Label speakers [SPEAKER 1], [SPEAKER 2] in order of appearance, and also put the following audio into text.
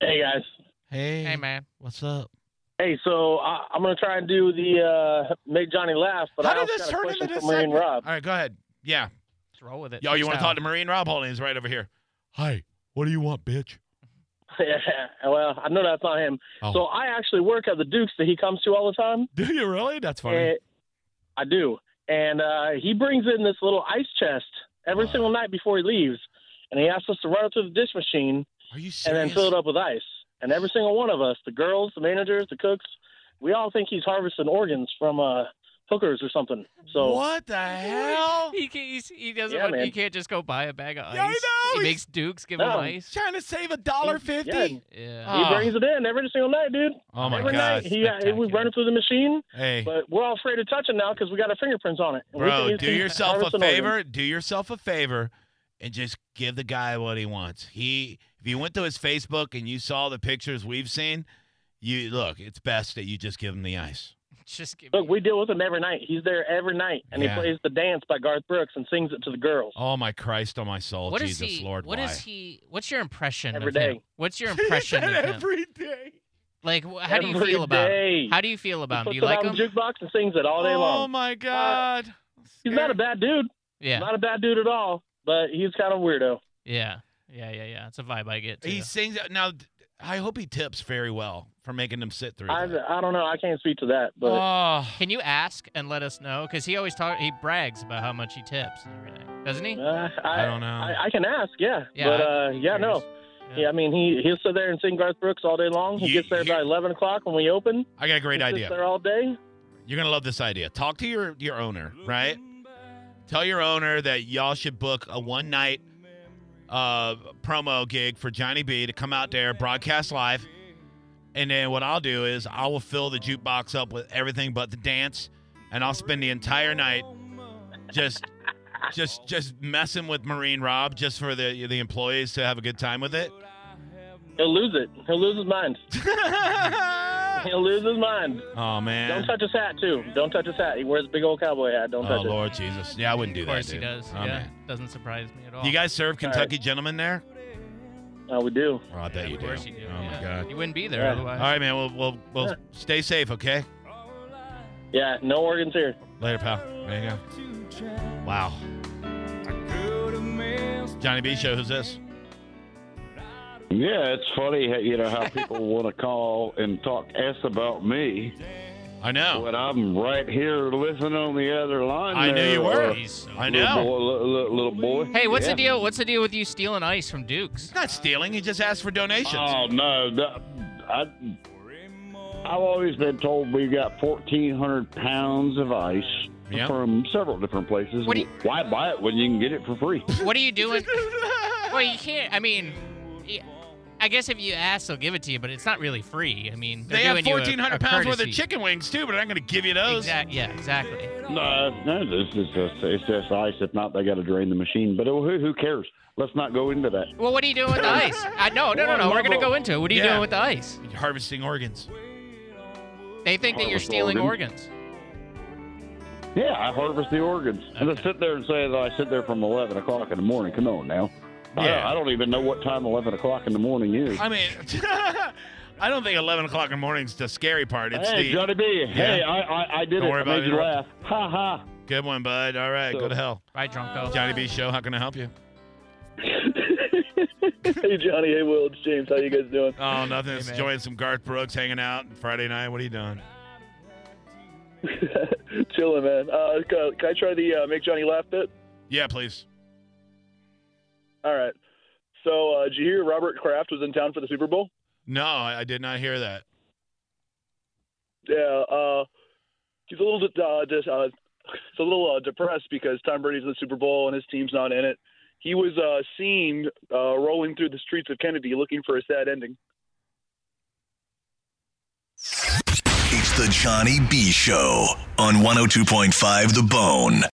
[SPEAKER 1] Hey guys.
[SPEAKER 2] Hey,
[SPEAKER 3] Hey, man.
[SPEAKER 2] what's up?
[SPEAKER 1] Hey, so I, I'm gonna try and do the uh, make Johnny laugh, but
[SPEAKER 2] How
[SPEAKER 1] I
[SPEAKER 2] did
[SPEAKER 1] also
[SPEAKER 2] this
[SPEAKER 1] got a
[SPEAKER 2] turn
[SPEAKER 1] question
[SPEAKER 2] into
[SPEAKER 1] for
[SPEAKER 2] this
[SPEAKER 1] Marine
[SPEAKER 2] segment?
[SPEAKER 1] Rob.
[SPEAKER 2] All right, go ahead. Yeah.
[SPEAKER 3] Let's roll with it.
[SPEAKER 2] Yo, you want to talk
[SPEAKER 3] freestyle.
[SPEAKER 2] to Marine Rob Holdings right over here? Hi. What do you want, bitch?
[SPEAKER 1] yeah, well, I know that's not him.
[SPEAKER 2] Oh.
[SPEAKER 1] So I actually work at the Duke's that he comes to all the time.
[SPEAKER 2] Do you really? That's funny.
[SPEAKER 1] And- I do, and uh, he brings in this little ice chest every
[SPEAKER 2] Wow.
[SPEAKER 1] single night before he leaves, and he asks us to run it through the dish machine
[SPEAKER 2] Are you
[SPEAKER 1] and
[SPEAKER 2] serious?
[SPEAKER 1] then fill it up with ice. And every single one of us, the girls, the managers, the cooks, we all think he's harvesting organs from uh, hookers or something. So
[SPEAKER 2] what the hell?
[SPEAKER 3] He can't, he's, he doesn't.
[SPEAKER 1] Yeah,
[SPEAKER 3] want, he
[SPEAKER 1] man.
[SPEAKER 3] can't just go buy a bag of ice.
[SPEAKER 2] Yeah, I know,
[SPEAKER 3] He
[SPEAKER 2] he's-
[SPEAKER 3] makes Dukes give him
[SPEAKER 1] No.
[SPEAKER 3] ice.
[SPEAKER 2] Trying to save a dollar
[SPEAKER 1] Yeah,
[SPEAKER 2] fifty.
[SPEAKER 3] Yeah.
[SPEAKER 1] He
[SPEAKER 2] Ah.
[SPEAKER 1] brings it in every single night, dude.
[SPEAKER 2] Oh my
[SPEAKER 1] every
[SPEAKER 2] god.
[SPEAKER 1] night he, uh, he we run it through the machine,
[SPEAKER 2] Hey,
[SPEAKER 1] but we're all afraid to touch it now because we got our fingerprints on it. And we think
[SPEAKER 2] bro,
[SPEAKER 1] he's-
[SPEAKER 2] do
[SPEAKER 1] he's
[SPEAKER 2] yourself a
[SPEAKER 1] harvesting organs.
[SPEAKER 2] favor. Do yourself a favor, and just give the guy what he wants. He, if you went to his Facebook and you saw the pictures we've seen, you look. It's best that you just give him the ice.
[SPEAKER 3] Just give.
[SPEAKER 1] Look, we deal with him every night. He's there every night, and
[SPEAKER 2] Yeah.
[SPEAKER 1] he plays the dance by Garth Brooks and sings it to the girls.
[SPEAKER 2] Oh my Christ, oh my soul,
[SPEAKER 3] What is
[SPEAKER 2] Jesus
[SPEAKER 3] he?
[SPEAKER 2] Lord,
[SPEAKER 3] what
[SPEAKER 2] why?
[SPEAKER 3] is he? What's your impression
[SPEAKER 1] Every
[SPEAKER 3] of him?
[SPEAKER 1] day.
[SPEAKER 3] What's your impression of him?
[SPEAKER 2] every day.
[SPEAKER 3] Like, wh- how do you
[SPEAKER 1] Every
[SPEAKER 3] feel about him?
[SPEAKER 1] day.
[SPEAKER 3] How do you feel
[SPEAKER 1] He
[SPEAKER 3] about him? Do
[SPEAKER 1] puts
[SPEAKER 3] you
[SPEAKER 1] it
[SPEAKER 3] like
[SPEAKER 1] on
[SPEAKER 3] him?
[SPEAKER 1] the jukebox and sings it all day
[SPEAKER 2] Oh
[SPEAKER 1] long. Uh,
[SPEAKER 2] my God.
[SPEAKER 1] He's not a bad dude.
[SPEAKER 3] Yeah.
[SPEAKER 1] Not a bad dude at all, but he's kind of a weirdo.
[SPEAKER 3] Yeah. Yeah. Yeah. Yeah. It's a vibe I get. Too.
[SPEAKER 2] He sings now. I hope he tips very well for making them sit through.
[SPEAKER 1] I,
[SPEAKER 2] that.
[SPEAKER 1] I don't know. I can't speak to that, but
[SPEAKER 2] oh,
[SPEAKER 3] Can you ask and let us know? Because he always talk. He brags about how much he tips and everything, doesn't he?
[SPEAKER 1] uh,
[SPEAKER 2] I,
[SPEAKER 1] I,
[SPEAKER 2] don't know.
[SPEAKER 1] I, I can ask, yeah.
[SPEAKER 3] Yeah,
[SPEAKER 1] but
[SPEAKER 3] I'd
[SPEAKER 1] uh,
[SPEAKER 3] be
[SPEAKER 1] yeah, no.
[SPEAKER 3] curious. Yeah.
[SPEAKER 1] Yeah. I mean, he he'll sit there and sing Garth Brooks all day long. He
[SPEAKER 2] You-
[SPEAKER 1] gets there
[SPEAKER 2] you-
[SPEAKER 1] about eleven o'clock when we open.
[SPEAKER 2] I got a great
[SPEAKER 1] he
[SPEAKER 2] idea.
[SPEAKER 1] Sits there all day.
[SPEAKER 2] You're gonna love this idea. Talk to your your owner, right? Tell your owner that y'all should book a one night uh, promo gig for Johnny B to come out there, broadcast live, and then what I'll do is I will fill the jukebox up with everything but the dance, and I'll spend the entire night just just just messing with Marine Rob just for the the employees to have a good time with it.
[SPEAKER 1] He'll lose it. He'll lose his mind. He'll lose his mind.
[SPEAKER 2] oh
[SPEAKER 1] Don't
[SPEAKER 2] man.
[SPEAKER 1] touch his hat too. Don't touch his hat. He wears a big old cowboy hat. Don't
[SPEAKER 2] Oh
[SPEAKER 1] touch
[SPEAKER 2] Lord Jesus. Yeah, I wouldn't do
[SPEAKER 3] Of course
[SPEAKER 2] that.
[SPEAKER 3] he
[SPEAKER 2] dude.
[SPEAKER 3] does.
[SPEAKER 2] Oh,
[SPEAKER 3] yeah.
[SPEAKER 2] man.
[SPEAKER 3] Doesn't surprise me at all.
[SPEAKER 2] Do you guys serve
[SPEAKER 1] All right.
[SPEAKER 2] Kentucky gentlemen there?
[SPEAKER 1] it. Oh, we do.
[SPEAKER 2] Oh, I bet
[SPEAKER 3] Yeah,
[SPEAKER 2] you
[SPEAKER 3] of
[SPEAKER 2] do.
[SPEAKER 3] course you do.
[SPEAKER 2] Oh my
[SPEAKER 3] yeah.
[SPEAKER 2] god.
[SPEAKER 3] You wouldn't be there
[SPEAKER 1] Yeah.
[SPEAKER 3] otherwise.
[SPEAKER 2] All right, man. We'll we'll, we'll stay safe, okay?
[SPEAKER 1] Yeah, no organs here.
[SPEAKER 2] Later, pal. There you go. Wow. Johnny B show. Who's this?
[SPEAKER 4] Yeah, it's funny, how- you know, how people want to call and talk s about me,
[SPEAKER 2] I know.
[SPEAKER 3] Oh.
[SPEAKER 4] but I'm right here listening on the other line.
[SPEAKER 2] I knew
[SPEAKER 4] there,
[SPEAKER 2] you were.
[SPEAKER 4] uh,
[SPEAKER 2] He's so I
[SPEAKER 4] little
[SPEAKER 2] know.
[SPEAKER 4] boy- li- li- little boy.
[SPEAKER 3] Hey, what's
[SPEAKER 4] Yeah.
[SPEAKER 3] the deal? What's the deal with you stealing ice from Dukes?
[SPEAKER 2] He's not stealing. He just asked for donations.
[SPEAKER 4] Oh no, no, I, I've always been told we got 1,400 pounds of ice
[SPEAKER 2] Yep.
[SPEAKER 4] from several different places.
[SPEAKER 3] What do you-
[SPEAKER 4] Why buy it when you can get it for free?
[SPEAKER 3] What are you doing? well, you can't. I mean, y- I guess if you ask, they'll give it to you, but it's not really free. I mean, they're
[SPEAKER 2] they have
[SPEAKER 3] doing you a-
[SPEAKER 2] 1,400
[SPEAKER 3] a
[SPEAKER 2] pounds worth of
[SPEAKER 3] courtesy.
[SPEAKER 2] chicken wings too, but I'm going to give you those.
[SPEAKER 3] Exact. Yeah. Exactly.
[SPEAKER 4] No, no, this is just it's just ice. If not, they got to drain the machine. But oh, who, who cares? Let's not go into that.
[SPEAKER 3] Well, what are you doing with the ice? I no, no, no, no. We're gonna go into it. What are you
[SPEAKER 2] Yeah.
[SPEAKER 3] doing with the ice?
[SPEAKER 2] Harvesting organs.
[SPEAKER 3] They think that you're
[SPEAKER 4] Harvest
[SPEAKER 3] stealing organs.
[SPEAKER 4] organs. Yeah, I harvest the organs. And I sit there and say that I sit there from 11 o'clock in the morning. Come on now.
[SPEAKER 2] Yeah.
[SPEAKER 4] I, I don't even know what time 11 o'clock in the morning is.
[SPEAKER 2] I mean, I don't think 11 o'clock in the morning's the scary part. It's
[SPEAKER 4] hey,
[SPEAKER 2] the
[SPEAKER 4] Johnny B. Hey,
[SPEAKER 2] Yeah.
[SPEAKER 4] I, I, I did
[SPEAKER 2] Don't
[SPEAKER 4] it.
[SPEAKER 2] worry
[SPEAKER 4] I
[SPEAKER 2] about
[SPEAKER 4] made you
[SPEAKER 2] interrupting.
[SPEAKER 4] laugh. Ha ha.
[SPEAKER 2] good one, bud. All right,
[SPEAKER 4] So-
[SPEAKER 2] go to hell.
[SPEAKER 3] Right, Drunko.
[SPEAKER 2] Johnny B show. How can I help you?
[SPEAKER 1] hey Johnny, hey Will, it's James. How you guys doing?
[SPEAKER 2] Oh, nothing.
[SPEAKER 3] Hey,
[SPEAKER 2] It's
[SPEAKER 3] man.
[SPEAKER 2] enjoying some Garth Brooks, hanging out Friday night. What are you doing?
[SPEAKER 1] Chilling, man. Uh, can can I try the uh, make Johnny laugh bit?
[SPEAKER 2] Yeah, please.
[SPEAKER 1] All right. So, uh, did you hear Robert Kraft was in town for the Super Bowl?
[SPEAKER 2] No, I, I did not hear that.
[SPEAKER 1] Yeah. Uh, he's a little uh, dis- uh, he's a little uh, depressed because Tom Brady's in the Super Bowl and his team's not in it. He was uh, seen uh, rolling through the streets of Kennedy looking for a sad ending.
[SPEAKER 5] oh It's the Johnny B Show on 102.5 The Bone.